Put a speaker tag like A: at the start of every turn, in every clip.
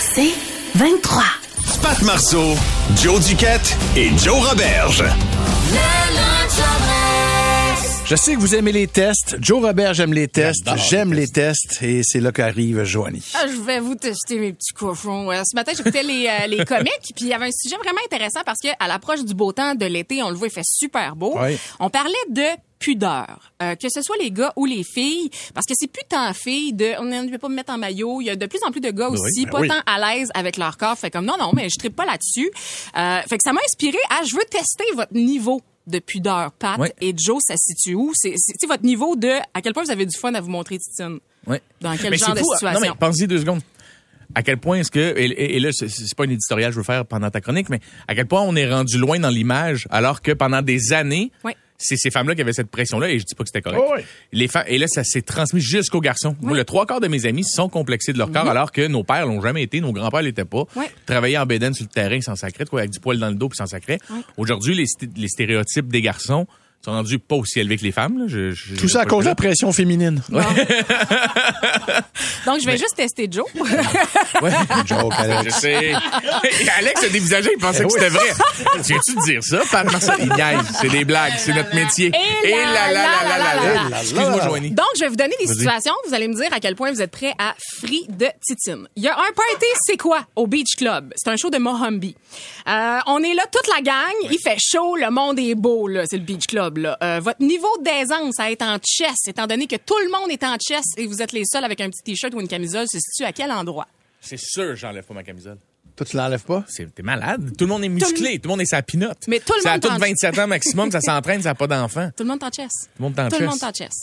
A: C'est 23.
B: Pat Marceau, Joe Duquette et Joe Roberge.
C: Je sais que vous aimez les tests. Joe Robert, j'aime les tests. J'aime les tests. Et c'est là qu'arrive Joanie.
D: Ah, je vais vous tester mes petits cochons. Euh, ce matin, j'écoutais les, euh, les comiques, puis il y avait un sujet vraiment intéressant parce que à l'approche du beau temps de l'été, on le voit, il fait super beau.
C: Ouais.
D: On parlait de pudeur, Euh, que ce soit les gars ou les filles, parce que c'est plus tant filles de on ne peut pas me mettre en maillot. Il y a de plus en plus de gars aussi
C: ben
D: pas
C: oui.
D: tant à l'aise avec leur corps. Fait comme non non, mais je tripe pas là-dessus. Euh, fait que ça m'a inspiré à je veux tester votre niveau de pudeur, Pat
E: Oui.
D: et Joe, ça se situe où? C'est c'est- tu sais, votre niveau de à quel point vous avez du fun à vous montrer Titine.
E: Ouais.
D: Dans quel
E: Mais
D: genre
E: c'est
D: de
E: fou, hein.
D: situation?
E: Non, mais pensez deux secondes. À quel point est-ce que et, et- et là c'est- c'est pas une éditorial que je veux faire pendant ta chronique, mais à quel point on est rendu loin dans l'image alors que pendant des années
D: Ouais.
E: c'est ces femmes-là qui avaient cette pression-là et je dis pas que c'était correct.
C: Oh oui.
E: Les femmes et là ça s'est transmis jusqu'aux garçons. Moi, le trois quarts de mes amis sont complexés de leur corps alors que nos pères l'ont jamais été, nos grands-pères l'étaient pas.
D: Ouais.
E: Travailler en bédaine sur le terrain sans sacré, quoi, avec du poil dans le dos puis sans sacré. Aujourd'hui les, sté- les stéréotypes des garçons sont rendus pas aussi élevés que les femmes. là. Je- je-
C: Tout ça à
E: pas-
C: cause de la pression féminine.
D: Donc, je
C: Ben
D: vais juste tester Joe.
C: Joke,
E: Euh, Je
C: Alex.
E: sais. Et Alex a dévisagé, il
C: Eh
E: pensait que c'était vrai. Tu viens-tu de dire ça? Pat Marcel, il niaise. C'est des blagues, c'est notre métier.
D: Et la, la, la, la, la,
C: la.
E: Excuse-moi, Joanie.
D: Donc, je vais vous donner des
E: Vas-y.
D: situations. Vous allez me dire à quel point vous êtes prêts à free de titine. Il y a un party, c'est quoi, au Beach Club? C'est un show de Mohambi. Euh, on est là, toute la gang. Il fait chaud, le monde est beau, là. C'est le Beach Club, là. Euh, votre niveau d'aisance à être en chess, étant donné que tout le monde est en chess et vous êtes les seuls avec un petit T-shirt ou une camisole, se situe à quel endroit?
E: C'est sûr, j'enlève pas ma camisole.
C: Toi, tu l'enlèves pas?
E: C'est- T'es malade. Tout le monde est musclé. Tout le monde est sa pinote.
D: Mais tout le
E: Ça a
D: monde
E: tout
D: en-
E: 27 ans maximum. Ça s'entraîne, ça n'a pas d'enfant.
D: Tout le monde est en chess.
E: le monde est en
D: Tout le
E: chess.
D: monde est en chess.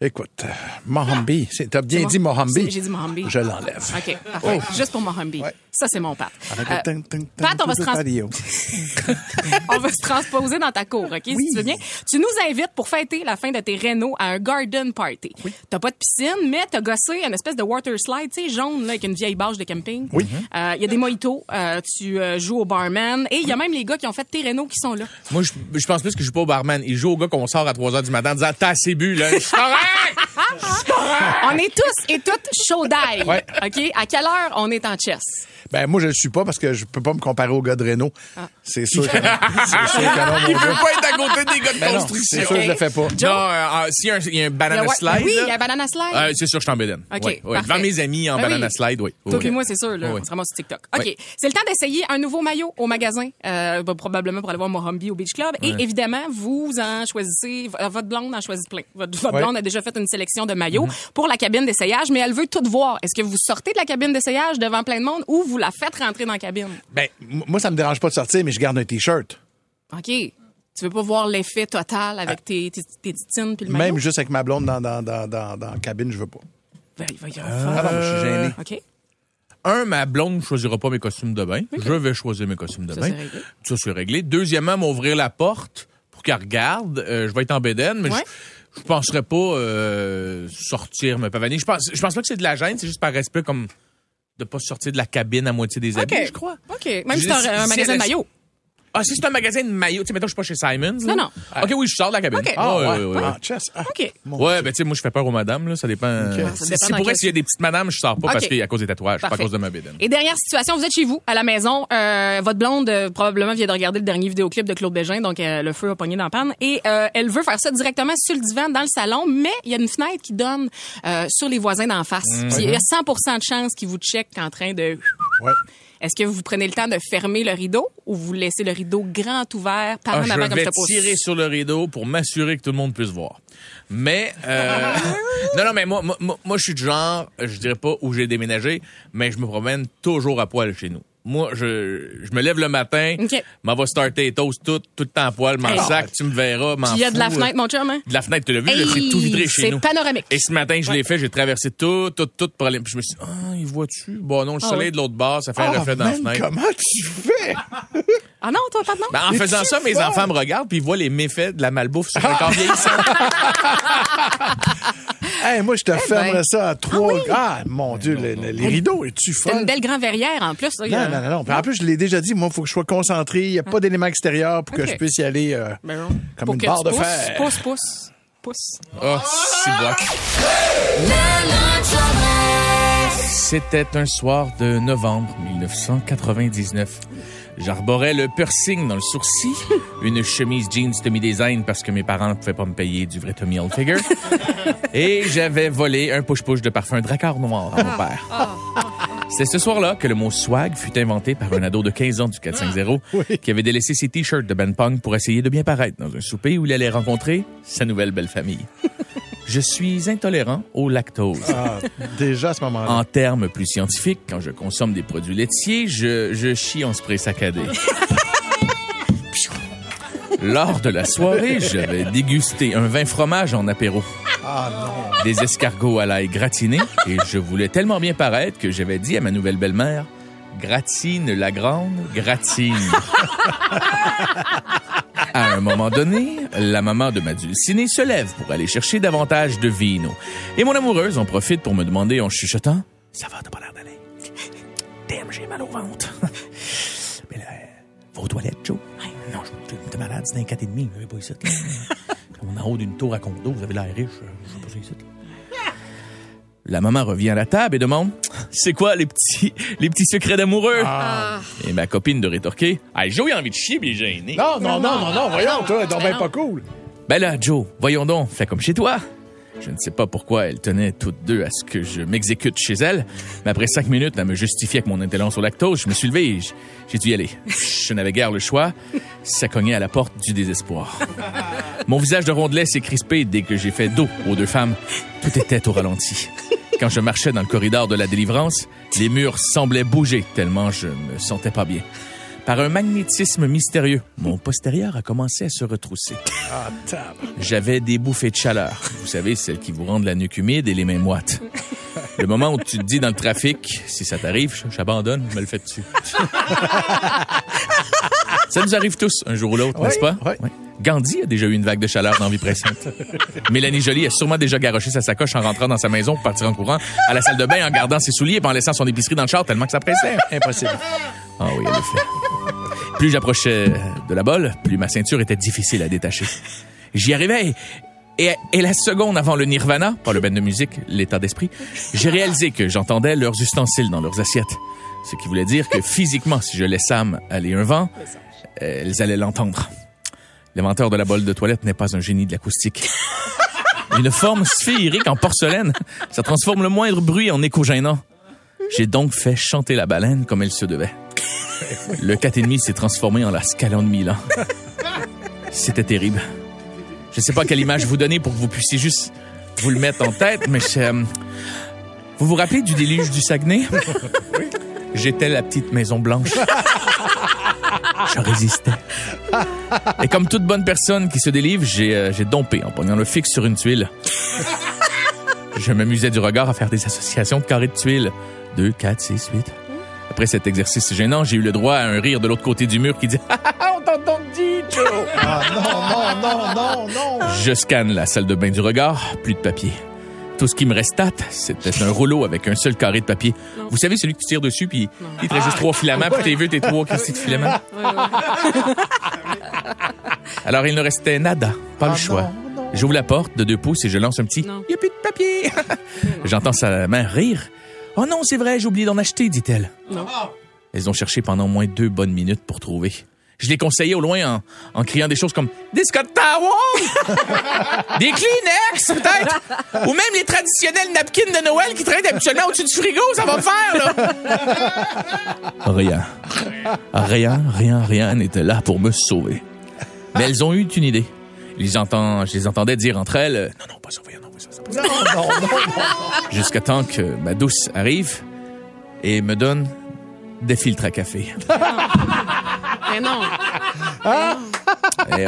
C: Écoute, euh, Mohambi. C'est- T'as bien
D: C'est
C: dit
D: bon.
C: Mohambi.
D: C'est- J'ai dit Mohambi.
C: Je l'enlève.
D: OK, parfait.
E: Oh.
D: Juste pour Mohambi. Ça, c'est mon Pat. Euh,
C: Tung, tung, tung,
D: Pat, on va se
C: tung,
D: trans-
C: tung, tung.
D: on va se transposer dans ta cour, OK, si tu veux bien. Tu nous invites pour fêter la fin de tes rénaux à un garden party. T'as pas de piscine, mais t'as gossé une espèce de water slide, tu sais, jaune, là, avec une vieille bâche de camping. Oui. Il y a des mojitos, euh, tu euh, joues au barman, et il y a même les gars qui ont fait tes rénaux qui sont là.
E: Moi, je, je pense plus que je joue pas au barman. Il joue au gars qu'on sort à 3 h du matin en disant T'as assez bu, là. Je suis correct! Ah!
D: On est tous et toutes chaud d'ail,
C: Ouais.
D: OK? À quelle heure on est en chess?
C: Ben, moi, je le suis pas parce que je peux pas me comparer au gars de Renault. C'est sûr que c'est sûr que non, mon
E: Il peut
C: gars.
E: pas être à côté des gars de
C: Ben non,
E: construction.
C: c'est sûr que je le fais pas.
E: Non, euh, euh, s'il y a un- il y, a un banana
D: Il y a-
E: slide.
D: Oui,
E: là,
D: il y a un banana slide.
E: Euh, c'est sûr, que je suis en bédaine.
D: OK,
E: Ouais, ouais.
D: parfait.
E: Devant mes amis en
D: Ben
E: banana
D: oui.
E: slide, oui.
D: Toi
E: Oui.
D: puis moi, c'est sûr, là.
E: Oui.
D: On se ramasse sur TikTok. OK.
E: Oui.
D: C'est le temps d'essayer un nouveau maillot au magasin. Euh, bah, probablement pour aller voir Mohambi au Beach Club. Et évidemment, vous en choisissez, v- euh, votre blonde en choisit plein. Votre, votre
C: Ouais.
D: blonde a déjà fait une sélection de maillots
E: Mm-hmm.
D: pour la cabine d'essayage, mais elle veut tout voir. Est-ce que vous sortez de la cabine d'essayage devant plein de monde ou vous la faites rentrer dans la cabine?
C: Ben, m- moi, ça me dérange pas de sortir, mais je garde un T-shirt.
D: OK. Tu veux pas voir l'effet total avec tes, tes, tes titines puis le maillot?
C: Même juste avec ma blonde dans, dans, dans, dans, dans la cabine, je veux pas.
D: Ben, il va y
C: Ah
D: avoir.
C: non, je suis gêné.
D: OK.
E: Un, ma blonde ne choisira pas mes costumes de bain. Je vais choisir mes costumes de
D: Ça,
E: bain.
D: c'est réglé.
E: Ça, c'est réglé. Deuxièmement, m'ouvrir la porte pour qu'elle regarde. Euh, je vais être en bédaine, mais
D: Ouais.
E: je ne penserais pas euh, sortir, me pavaner. Je pense, je pense pas que c'est de la gêne, c'est juste par respect comme de pas sortir de la cabine à moitié des
D: OK.
E: habits, je crois.
D: OK. Même
E: Je-
D: si t'as
E: si-
D: un- un
E: si
D: magasin de
E: elle-
D: maillots.
E: Ah, si c'est un magasin de maillots, tu sais, mettons, je suis pas chez Simons. là.
D: Non, non.
E: Ah, OK, oui, je sors de la cabine.
D: OK.
E: Ah, ouais,
C: Ah,
E: ouais, ouais, ouais.
C: Ah, chess. Ah.
D: OK.
C: Mon
E: Ouais, ben tu sais, moi je fais peur aux madames, là, ça dépend.
C: Ok.
D: ça
E: Si-
D: dépend
E: si
D: dans
E: pour
D: quel-
E: elle, s'il y a des petites madames, je sors pas
D: Ok.
E: parce qu'il à cause des tatouages, pas à
D: Parfait.
E: cause de ma bédaine.
D: Et dernière situation, vous êtes chez vous, à la maison. Euh, votre blonde, euh, probablement, vient de regarder le dernier vidéoclip de Claude Bégin, donc euh, le feu a pogné dans la panne. Et euh, elle veut faire ça directement sur le divan, dans le salon, mais il y a une fenêtre qui donne euh, sur les voisins d'en face.
E: Mhm.
D: Puis il y a 100 de chance qu'ils vous checkent en train de...
C: Ouais.
D: Est-ce que vous prenez le temps de fermer le rideau ou vous laissez le rideau grand ouvert par
E: Ah,
D: en avant
E: je
D: comme je
E: vais
D: te pose?
E: tirer sur le rideau pour m'assurer que tout le monde puisse voir. Mais euh, non, non, mais moi, moi, moi, moi, je suis du genre, je dirais pas où j'ai déménagé, mais je me promène toujours à poil chez nous. Moi, je, je me lève le matin,
D: OK.
E: m'en va starter les toasts tout, tout le temps à poil, m'en
D: Hey.
E: sac, tu me verras, m'en
D: Il y a de la
E: fous,
D: fenêtre,
E: là.
D: mon chum, hein?
E: De la fenêtre, tu l'as vu, là,
D: Hey,
E: c'est tout vidré chez
D: c'est
E: nous.
D: panoramique.
E: Et ce matin, je l'ai fait, j'ai traversé tout, tout, tout pour aller. Puis je me suis dit, ah, il voit-tu? Bon, non, le
D: Ah
E: soleil
D: oui.
E: de l'autre bord, ça fait un
C: Ah,
E: reflet dans la
C: man,
E: fenêtre.
C: Comment tu fais?
D: Ah non, toi, pas de nom?
E: Ben, en
C: Mais
E: faisant
C: tu Ah!
E: ça, mes
C: fais?
E: enfants me regardent puis ils voient les méfaits de la malbouffe sur le corps vieillissant.
C: Hey, moi, je te fermerais ça à trois.
D: oui.
C: Ah, mon Dieu, le- le- les rideaux, es-tu
D: T'as
C: folle?
D: une belle grand verrière, en plus. là, il y a-
C: Non, non, non, non. Puis En plus, je l'ai déjà dit, moi, il faut que je sois concentré. Il n'y a pas d'élément extérieur pour que
D: Ok.
C: je puisse y aller euh,
D: Ben non.
C: comme
D: Pour
C: une
D: que
C: barre de
D: tu pousses,
C: fer.
D: Pousse, pousse, pousse.
E: Oh, c'est C'était un soir de novembre 1999. J'arborais le piercing dans le sourcil, une chemise jeans demi-design parce que mes parents ne pouvaient pas me payer du vrai Tommy Hilfiger, et j'avais volé un push-push de parfum Dracar noir à mon père. C'est ce soir-là que le mot swag fut inventé par un ado de 15 ans du 450 qui avait délaissé ses t-shirts de Ben Pong pour essayer de bien paraître dans un souper où il allait rencontrer sa nouvelle belle famille. Je suis intolérant au lactose.
C: Ah, déjà à ce moment-là.
E: En termes plus scientifiques, quand je consomme des produits laitiers, je, je chie en spray saccadé. Lors de la soirée, je vais déguster un vin fromage en apéro,
C: Ah
E: des escargots à l'ail gratinés, et je voulais tellement bien paraître que j'avais dit à ma nouvelle belle-mère, gratine la grande, gratine. À un moment donné, la maman de ma dulcinée se lève pour aller chercher davantage de vino. Et mon amoureuse en profite pour me demander en chuchotant « Ça va, t'as pas l'air d'aller? Damn, j'ai mal au ventre. Mais là, va aux toilettes, Joe. Non, je suis t'es malade, c'est un 4,5, mais venez pas ici. là. On est en haut d'une tour à condo, vous avez l'air riche, euh, je sais pas ça ici. là. La maman revient à la table et demande C'est quoi les petits, les petits secrets d'amoureux Et ma copine de rétorquer Hey, Joe, il a envie de chier, puis il est gêné.
C: non. Non, non, non, non, non, voyons, toi, t'es donc
D: Ben
C: ben pas cool.
E: Ben là, Joe, voyons donc, fais comme chez toi. Je ne sais pas pourquoi elles tenaient toutes deux à ce que je m'exécute chez elles, mais après cinq minutes à me justifier avec mon intolérance au lactose, je me suis levé et j- j'ai dû y aller. Je n'avais guère le choix, ça cognait à la porte du désespoir. Mon visage de rondelet s'est crispé dès que j'ai fait dos aux deux femmes. Tout était au ralenti. Quand je marchais dans le corridor de la délivrance, les murs semblaient bouger tellement je me sentais pas bien. Par un magnétisme mystérieux, mon postérieur a commencé à se retrousser.
C: Ah,
E: J'avais des bouffées de chaleur. Vous savez, celles qui vous rendent la nuque humide et les mains moites. Le moment où tu te dis dans le trafic, si ça t'arrive, j- j'abandonne, me le fais dessus. ça nous arrive tous, un jour ou l'autre, n'est-ce pas?
C: oui.
E: Gandhi a déjà eu une vague de chaleur dans Vie pressante. Mélanie Jolie a sûrement déjà garoché sa sacoche en rentrant dans sa maison pour partir en courant à la salle de bain en gardant ses souliers et en laissant son épicerie dans le char tellement que ça pressait. Impossible. Ah oui, elle le fait. Plus j'approchais de la bolle, plus ma ceinture était difficile à détacher. J'y arrivais et, et la seconde avant le nirvana, pas le band de musique, l'état d'esprit, j'ai réalisé que j'entendais leurs ustensiles dans leurs assiettes. Ce qui voulait dire que physiquement, si je laissais Sam aller un vent, elles allaient l'entendre. L'inventeur de la bolle de toilette n'est pas un génie de l'acoustique. Une forme sphérique en porcelaine, ça transforme le moindre bruit en écho gênant. J'ai donc fait chanter la baleine comme elle se devait. Le 4,5 s'est transformé en la Scala de Milan. C'était terrible. Je sais pas quelle image vous donner pour que vous puissiez juste vous le mettre en tête, mais je, euh, vous vous rappelez du déluge du Saguenay? J'étais la petite maison blanche. Je résistais. Et comme toute bonne personne qui se délivre, j'ai euh, j'ai dompé en pognant le fixe sur une tuile. Je m'amusais du regard à faire des associations de carrés de tuiles. 2, 4, 6, 8. Après cet exercice gênant, j'ai eu le droit à un rire de l'autre côté du mur qui dit
C: Ah, non, non, non, non, non.
E: Je scanne la salle de bain du regard, plus de papier. Tout ce qui me restate, c'était un rouleau avec un seul carré de papier. Vous savez, celui que tu tires dessus, puis il te reste juste trois filaments, puis t'es vu tes trois Christy de filaments. Alors, il ne restait nada, pas le choix. J'ouvre la porte de deux pouces et je lance un petit
D: Ah, Non.
E: « Y a plus de papier! » J'entends sa mère rire. « Oh non, c'est vrai, j'ai oublié d'en acheter, dit-elle. »
D: Non.
E: Elles ont cherché pendant au moins deux bonnes minutes pour trouver. Je les conseillais au loin en, en criant des choses comme des Scott Towels, des Kleenex peut-être, ou même les traditionnels napkins de Noël qui traînent habituellement au-dessus du frigo, ça va me faire là. Rien, rien, rien, rien n'était là pour me sauver. Mais elles ont eu une idée. Ils entend- je les entendais dire entre elles euh, non non pas ça, voyons, non pas ça, ça, pas ça.
C: Non, non, non.
E: jusqu'à temps que ma douce arrive et me donne de filtre à café.
D: Mais non.
E: Ah. Eh ouais.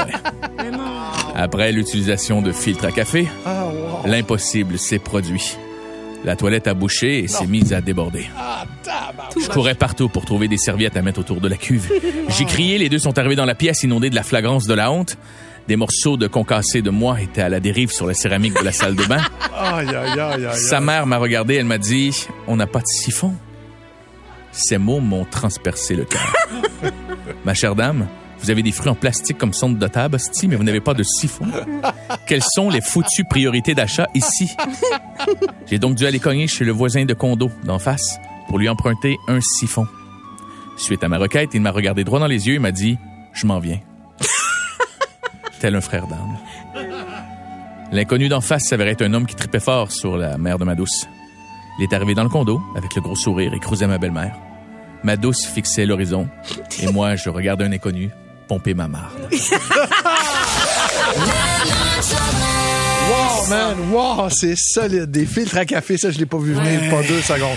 E: Après l'utilisation de filtre à café,
D: Ah,
E: l'impossible s'est produit. La toilette a bouché et s'est mise à déborder.
D: Ah,
E: Je courais partout pour trouver des serviettes à mettre autour de la cuve. J'ai crié, les deux sont arrivés dans la pièce inondée de la flagrance de la honte. Des morceaux de concassé de moi étaient à la dérive sur la céramique de la salle de bain.
C: Aïe, aïe, aïe, aïe.
E: Sa mère m'a regardé, elle m'a dit On n'a pas de siphon. Ces mots m'ont transpercé le cœur. Ma chère dame, vous avez des fruits en plastique comme sonde de table, sti, mais vous n'avez pas de siphon. Quelles sont les foutues priorités d'achat ici? J'ai donc dû aller cogner chez le voisin de condo d'en face pour lui emprunter un siphon. Suite à ma requête, il m'a regardé droit dans les yeux et m'a dit Je m'en viens. Tel un frère d'âme. L'inconnu d'en face s'avérait être un homme qui tripait fort sur la mère de ma douce. Il est arrivé dans le condo avec le gros sourire et creusait ma belle-mère. Ma douce fixait l'horizon et moi, je regardais un inconnu pomper ma marde.
C: Wow, man. Wow, c'est solide. Des filtres à café, ça, je l'ai pas vu venir. Pas deux secondes.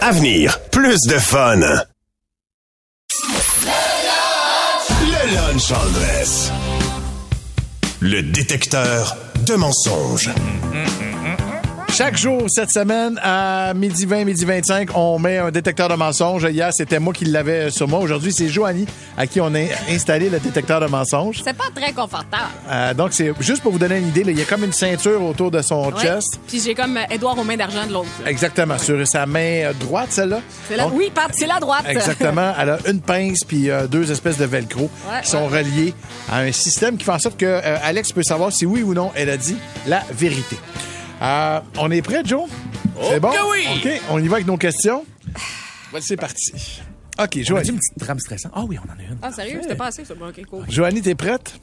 B: Avenir, plus de fun. Le lunch en dress. Le détecteur de mensonges.
C: Chaque jour, cette semaine, à midi 20, midi 25, on met un détecteur de mensonges. Hier, c'était moi qui l'avais sur moi. Aujourd'hui, c'est Joanie à qui on a installé le détecteur de mensonges.
F: C'est pas très confortable.
C: Euh, donc, c'est juste pour vous donner une idée, là, il y a comme une ceinture autour de son
D: Ouais.
C: chest.
D: Puis j'ai comme euh, Édouard aux mains d'argent de l'autre.
C: Exactement, sur sa main euh, droite, celle-là.
D: C'est la...
C: Donc,
D: Oui, Pat, c'est la droite.
C: Exactement. Elle a une pince puis euh, deux espèces de velcro
D: Ouais,
C: qui sont reliés à un système qui fait en sorte que euh, Alex peut savoir si oui ou non elle a dit la vérité. Euh, on est prêt, Joe? C'est bon?
E: oui!
C: OK, on y va avec nos questions. ben C'est parti. OK,
E: As-tu
C: Joanie.
E: une petite trame stressante? Ah oui, on en a une.
D: Ah, sérieux? C'était pas assez, ça. Bon, OK, cool.
C: Joanie, t'es prête?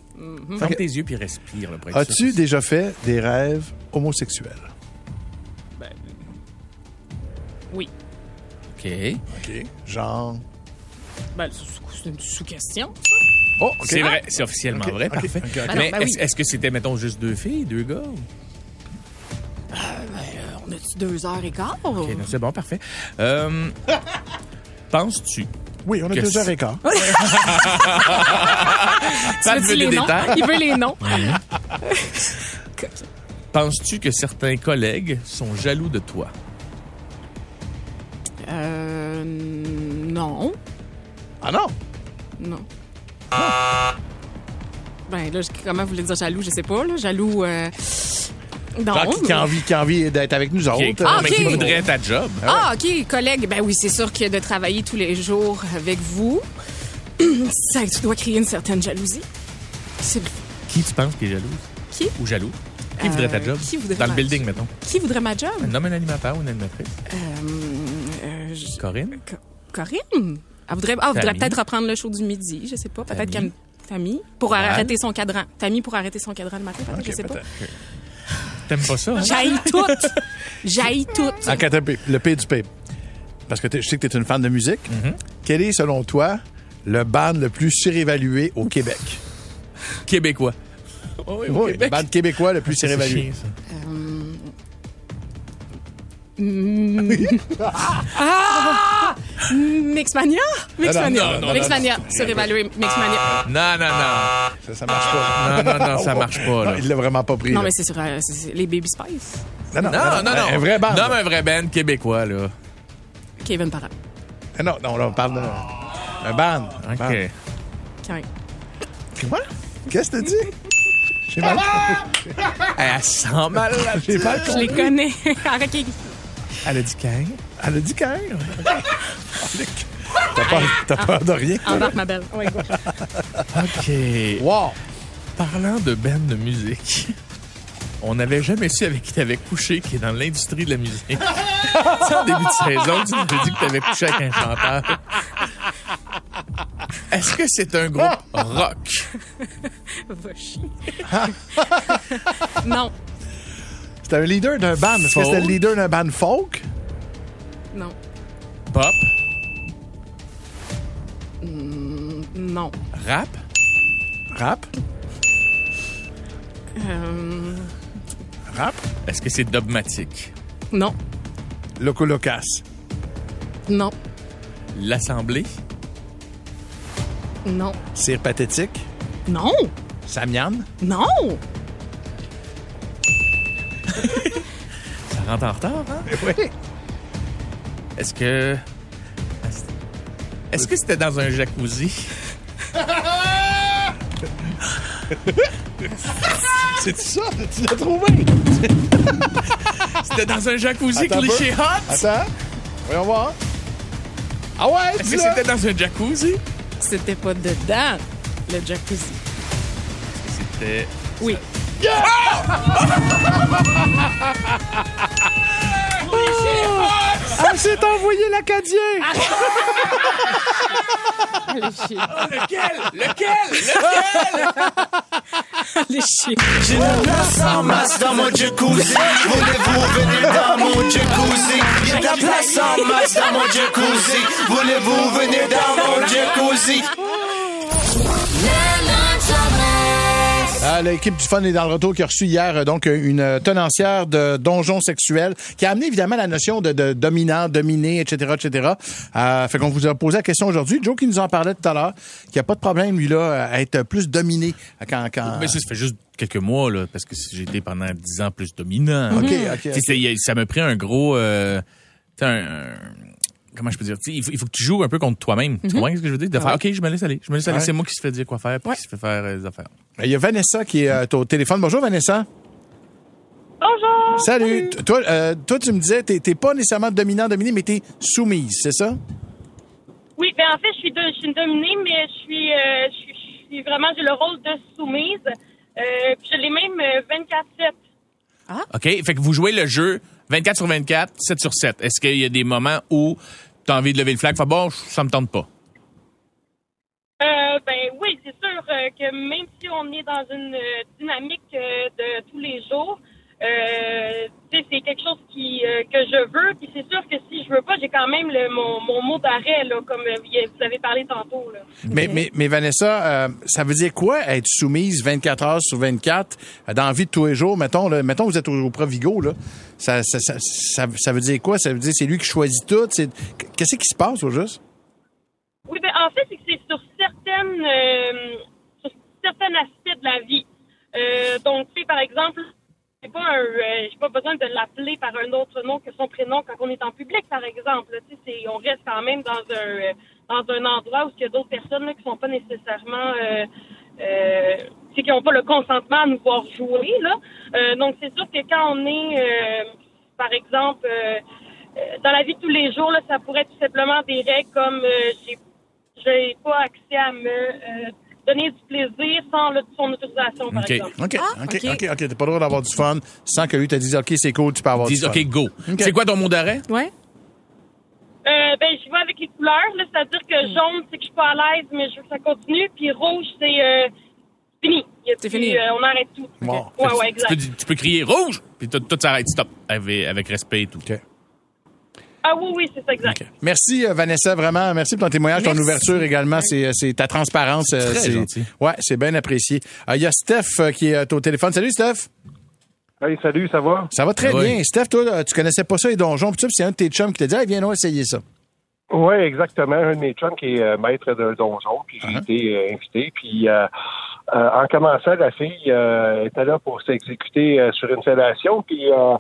E: Ferme tes yeux puis respire. là, pour être
C: As-tu
E: sûr.
C: déjà fait des rêves homosexuels?
D: Ben, oui.
E: OK.
C: OK. Genre.
D: Ben, c'est c'est une sous-question.
C: Oh, OK.
E: C'est vrai, c'est officiellement
C: Ok,
E: vrai,
C: ok,
E: parfait.
C: ok, ok.
D: Ah non,
E: Mais
D: ben
E: est-ce
D: oui.
E: est-ce que c'était, mettons, juste deux filles, deux gars?
D: On a-tu deux heures et quart?
E: Ok, non, c'est bon, parfait. Euh, Penses-tu?
C: Oui, on a
E: Que
C: deux heures
E: c'est-
C: et quart.
E: Pat
D: Tu
E: veut
D: veux
E: des
D: les noms?
E: détails.
D: Il veut les noms.
E: Penses-tu que certains collègues sont jaloux de toi?
D: Euh, non.
C: Ah non?
D: Non.
C: Ah!
D: Ben là, je- comment vous voulez dire jaloux? Je sais pas, là. Jaloux... Euh... Non.
C: Genre qui, qui a envie, qui a envie d'être avec nous autres.
E: Qui-
C: Euh,
D: Ah,
E: mais
D: ok.
E: qui voudraient ta job?
D: Ah, OK, collègue. Ben oui, c'est sûr que de travailler tous les jours avec vous, ça, tu dois créer une certaine jalousie. C'est-
E: Qui tu penses qui est jalouse?
D: Qui?
E: Ou jaloux? Qui
D: Euh,
E: voudrait ta job?
D: qui voudrait
E: Dans le
D: ma
E: building,
D: job?
E: mettons.
D: Qui voudrait ma job?
E: Un homme, un animateur ou une animatrice?
D: Euh, je-
E: Corinne?
D: Co- Corinne? Elle voudrait, ah, elle voudrait
E: Tammy.
D: peut-être reprendre le show du midi, je sais pas. Peut-être qu'elle...
E: Tammy.
D: Tammy, pour
E: Moral.
D: arrêter son cadran. Tammy pour arrêter son cadran le matin, peut-être, je sais pas.
E: T'aimes pas ça? hein?
D: J'haïs toutes! J'haïs toutes!
E: Ah.
C: En quatre P, le P du P. Parce que t'es- je sais que tu es une fan de musique.
E: Mm-hmm.
C: Quel est, selon toi, le band le plus surévalué au Québec?
E: Québécois. Oh,
C: Oui,
E: oui, au
C: ben,
E: Québec.
C: Le band québécois le plus
E: C'est
C: surévalué.
E: chiant, ça.
D: Mixmania? Mixmania.
E: non, non, Ah. non,
D: Mixmania. Surévalué. Mixmania.
E: Non, non, non.
C: Ça, ça marche pas.
E: Non, non, Ah, non, ça marche pas,
C: Non,
E: là.
C: il l'a vraiment pas pris.
D: Non,
C: là.
D: mais c'est sur euh, c'est- c'est les Baby Spice.
C: non, non,
E: Non, non, non.
C: Un vrai band.
E: Nomme
C: là.
E: un vrai band québécois, là.
D: Kevin Parent.
C: Ah Non, non, là, on parle d'un un band. Un band.
E: OK.
D: Quand-
C: Quoi? Qu'est-ce que t'as dit? J'ai mal,
E: Elle sent mal, là.
C: j'ai mal
D: Je les
C: compris.
D: connais. Arrête, Kevin.
E: Elle a dit quand?
C: Elle a dit quand même. T'as peur, t'as peur de rien.
D: Embarque, ma belle. Ouais, go.
E: OK.
C: Wow!
E: Parlant de band de musique, on n'avait jamais su avec qui t'avais couché, qui est dans l'industrie de la musique. tu sais, en début de saison, tu nous as dit que t'avais couché avec un chanteur. Est-ce que c'est un groupe rock?
D: Va chier. non,
C: C'était un leader d'un band. Est-ce que c'était le
E: Folk.
C: leader d'un band folk?
D: non,
E: Pop?
D: non.
E: Rap?
C: Rap?
D: Euh,
C: Rap?
E: Est-ce que c'est dogmatique?
D: non,
C: Loco Locas.
D: non,
E: L'Assemblée?
D: non,
C: Cire Pathétique.
D: non,
C: Samian.
D: non.
E: Ça rentre en retard, hein?
C: Eh Oui.
E: Est-ce que. Est-ce que c'était dans un jacuzzi?
C: C'est ça? Tu l'as trouvé?
E: C'était dans un jacuzzi
C: Attends un peu.
E: cliché hot?
C: Attends. Voyons voir. Ah ouais?
E: Est-ce que
C: dis-le.
E: c'était dans un jacuzzi?
D: C'était pas dedans, le jacuzzi.
E: C'était.
D: Oui.
C: Elle Ah, s'est envoyée l'Acadien!
D: Allez chier.
E: Lequel? Lequel?
D: Allez chier.
B: J'ai une place en masse dans mon jacuzzi. Voulez-vous venir dans mon jacuzzi? J'ai de la place en masse dans mon jacuzzi. Voulez-vous venir dans mon jacuzzi?
C: Ah, L'équipe du fun est dans le retour qui a reçu hier euh, donc une euh, tenancière de donjon sexuel qui a amené évidemment la notion de, de dominant, dominé, etc., etc. Euh, fait qu'on vous a posé la question aujourd'hui. Joe qui nous en parlait tout à l'heure, qui a pas de problème lui là à être plus dominé quand quand.
E: Mais ça, ça fait juste quelques mois, là, parce que j'ai été pendant 10 ans plus dominant.
C: Ok,
E: Tu
C: ok,
E: sais,
C: ok.
E: c'est- il y a- Ça me prend un gros. euh, tu sais, un- un- Comment je peux dire? Tu sais, Il faut, il faut que tu joues un peu contre toi-même. Tu comprends ce que je veux dire? De faire, OK, je me laisse aller. Je me laisse aller.
C: Ouais.
E: C'est moi qui se fait dire quoi faire puis qui se fait faire euh, des affaires.
C: Il y a Vanessa qui est euh, au téléphone. Bonjour Vanessa.
F: Bonjour.
C: Salut. T- Toi, euh, toi tu me disais t'es t'es pas nécessairement dominant, dominé, mais t'es soumise, c'est ça?
F: Oui, ben en fait, je suis, de- je suis une dominée, mais je suis, euh, je suis, je suis vraiment, j'ai le rôle de soumise. Euh, puis je l'ai même euh, 24-7.
E: OK? Fait que vous jouez le jeu 24 sur 24, 7 sur 7. Est-ce qu'il y a des moments où tu as envie de lever le flag? Fait bon, ça me tente pas.
F: Euh, ben oui, c'est sûr euh, que même si on est dans une euh, dynamique euh, de tous les jours, euh, tu sais, c'est quelque chose qui euh, que je veux. Puis c'est sûr que si je veux pas, j'ai quand même le, mon, mon mot d'arrêt, là, comme euh, vous avez parlé tantôt. Là.
C: Mais, mais, mais Vanessa, euh, ça veut dire quoi être soumise 24 heures sur 24 euh, dans la vie de tous les jours? Mettons, là, mettons vous êtes au, au Provigo, là. Ça, ça, ça, ça, ça veut dire quoi? Ça veut dire c'est lui qui choisit tout? c'est- Qu'est-ce qui se passe au juste?
F: Oui, ben, en fait, c'est que c'est sur certaines, euh, sur certains aspects de la vie. Euh, donc, tu sais, par exemple, j'ai pas un, euh, j'ai pas besoin de l'appeler par un autre nom que son prénom quand on est en public, par exemple. Tu sais, c'est- on reste quand même dans un, euh, dans un endroit où il y a d'autres personnes là, qui sont pas nécessairement, euh, euh, tu sais, qui n'ont pas le consentement à nous voir jouer, là. Euh, donc, c'est sûr que quand on est, euh, par exemple, euh, euh, dans la vie de tous les jours, là, ça pourrait être tout simplement des règles comme euh, j'ai j'ai pas accès à me euh, donner du plaisir sans le- son autorisation, par
E: OK.
F: exemple.
C: OK,
D: Ah,
C: OK,
D: OK.
C: OK, OK. T'as pas le droit d'avoir du fun sans que lui te dise OK, c'est cool, tu peux avoir
E: Dis
C: du fun.
E: OK, go.
C: OK.
E: C'est quoi ton mot d'arrêt?
D: Ouais.
F: Euh, ben, je vois avec les couleurs, là, c'est-à-dire que jaune, c'est que je suis pas à l'aise, mais je veux que ça continue, puis rouge, c'est euh, fini. Il y a
D: C'est
F: plus,
D: fini.
F: euh, on arrête tout.
C: Bon.
F: Ouais,
E: tu,
F: ouais, exact.
E: peux, di- tu peux crier rouge, puis tout, tout s'arrête. Stop. Avec, avec respect et tout.
C: OK.
F: Ah oui, oui, c'est ça, exact.
C: OK. Merci euh, Vanessa vraiment, merci pour ton témoignage, ton
D: Merci.
C: ouverture également, c'est euh, c'est ta transparence, euh,
E: Très
C: c'est
E: gentil.
C: ouais, c'est bien apprécié. Euh, Il y a Steph euh, qui est au téléphone. Salut Steph.
G: Hey, salut, ça va?
C: Ça va très
E: Ah Oui.
C: bien. Steph, toi, là, tu connaissais pas ça, les donjons, pis ça, pis c'est un de tes chums qui t'a dit, hey, viens, nous essayer ça.
G: Oui, exactement. Un de mes chums qui est euh, maître d'un donjon, puis j'ai été euh, invité. Puis euh, euh, en commençant, la fille euh, était là pour s'exécuter euh, sur une fellation, puis euh,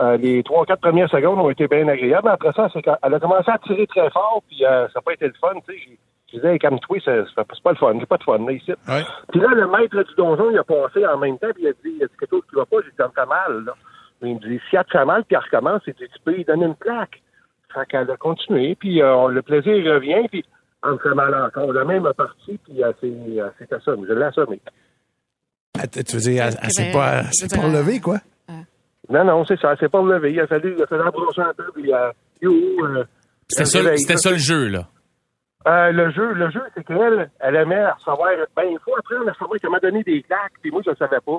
G: euh, les trois ou quatre premières secondes ont été bien agréables. Après ça, c'est quand- elle a commencé à tirer très fort, puis euh, ça n'a pas été le fun. Tu sais, j'ai- je disais, hey, calme-toi, c'est c'est pas c'est pas le fun, j'ai pas de fun là, ici.
C: Ouais.
G: Puis là, le maître du donjon, il a passé en même temps, puis il a dit, il y a quelque chose qui va pas, j'ai dit, ça me fait mal, là. Mais il me dit, si elle te fait mal, puis elle recommence, il dit, tu peux lui donner une plaque. Fait qu'elle a continué, puis euh, le plaisir revient, puis elle me fait mal encore. La même partie, puis euh, c'est euh, c'est assommé, je l'ai assommé.
C: Att- Ah, tu veux dire, elle, elle
E: Eh ben,
C: s'est
E: euh,
C: pas, elle s'est
F: je veux
C: pas
F: dire,
C: relevée, quoi?
F: Non, non, c'est ça. C'est pas relevé. Il a fallu, il a fallu brosser un peu, puis euh, yo, euh,
E: C'était ça,
F: elle se réveille.
E: c'était ça le jeu, là.
F: Euh, le jeu, le jeu, c'est qu'elle, elle aimait à recevoir. Ben, il faut apprendre à recevoir comment donner des claques, puis moi, je le savais pas.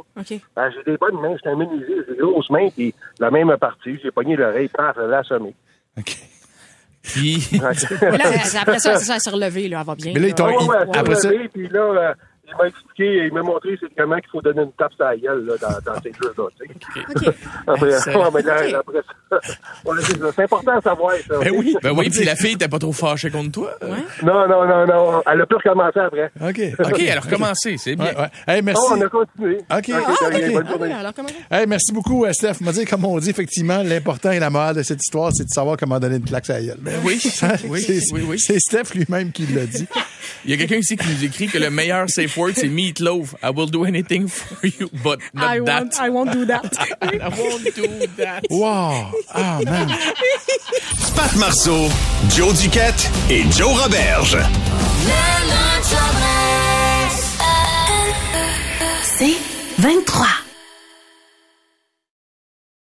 F: Ben, j'ai des bonnes mains, j'étais un menuisier, j'ai des grosses mains, puis la même est partie, j'ai pogné l'oreille, paf, elle l'a assommée.
E: Puis.
D: Mais là, elle- après ça, c'est ça, elle s'est relevée, là, elle va bien.
F: Mais là, ils t'ont-
D: Ouais,
F: ils-
D: ouais, ouais,
F: après
D: ouais.
F: ça- Puis là, euh, il m'a expliqué, il m'a montré c'est comment qu'il faut donner une tape sur la gueule là, dans, dans ces jeux-là. tu sais. Après,
E: Excellent.
F: ouais, mais là,
E: Ok.
F: après ça, ouais, c'est ça. c'est important à savoir ça.
E: Ben oui, ben oui, puis la fille était pas trop fâchée contre toi.
F: Non, non, non, non. Elle a plus recommencé après.
C: OK.
E: euh, OK, elle a recommencé, c'est bien.
C: Ouais, ouais. Hey, merci.
G: Oh,
F: on a continué.
C: OK.
F: Ah,
C: OK.
F: ok. Bonne journée.
C: Hey, merci beaucoup, euh, Steph. M'a dit, comme on dit, effectivement, l'important et la morale de cette histoire, c'est de savoir comment donner une claque à la gueule. Ben
E: oui,
C: C'est-
E: oui,
C: c'est-
E: oui, oui.
C: C'est Steph lui-même qui l'a dit.
E: Il y a quelqu'un ici qui nous écrit que le meilleur safe word, c'est meatloaf. I will do anything for you, but not
D: I
E: that.
D: won't, I won't do that.
E: I won't do that.
C: Wow! Ah, man!
H: Pat Marceau, Joe Duquette et Joe Roberge.
A: C'est 23.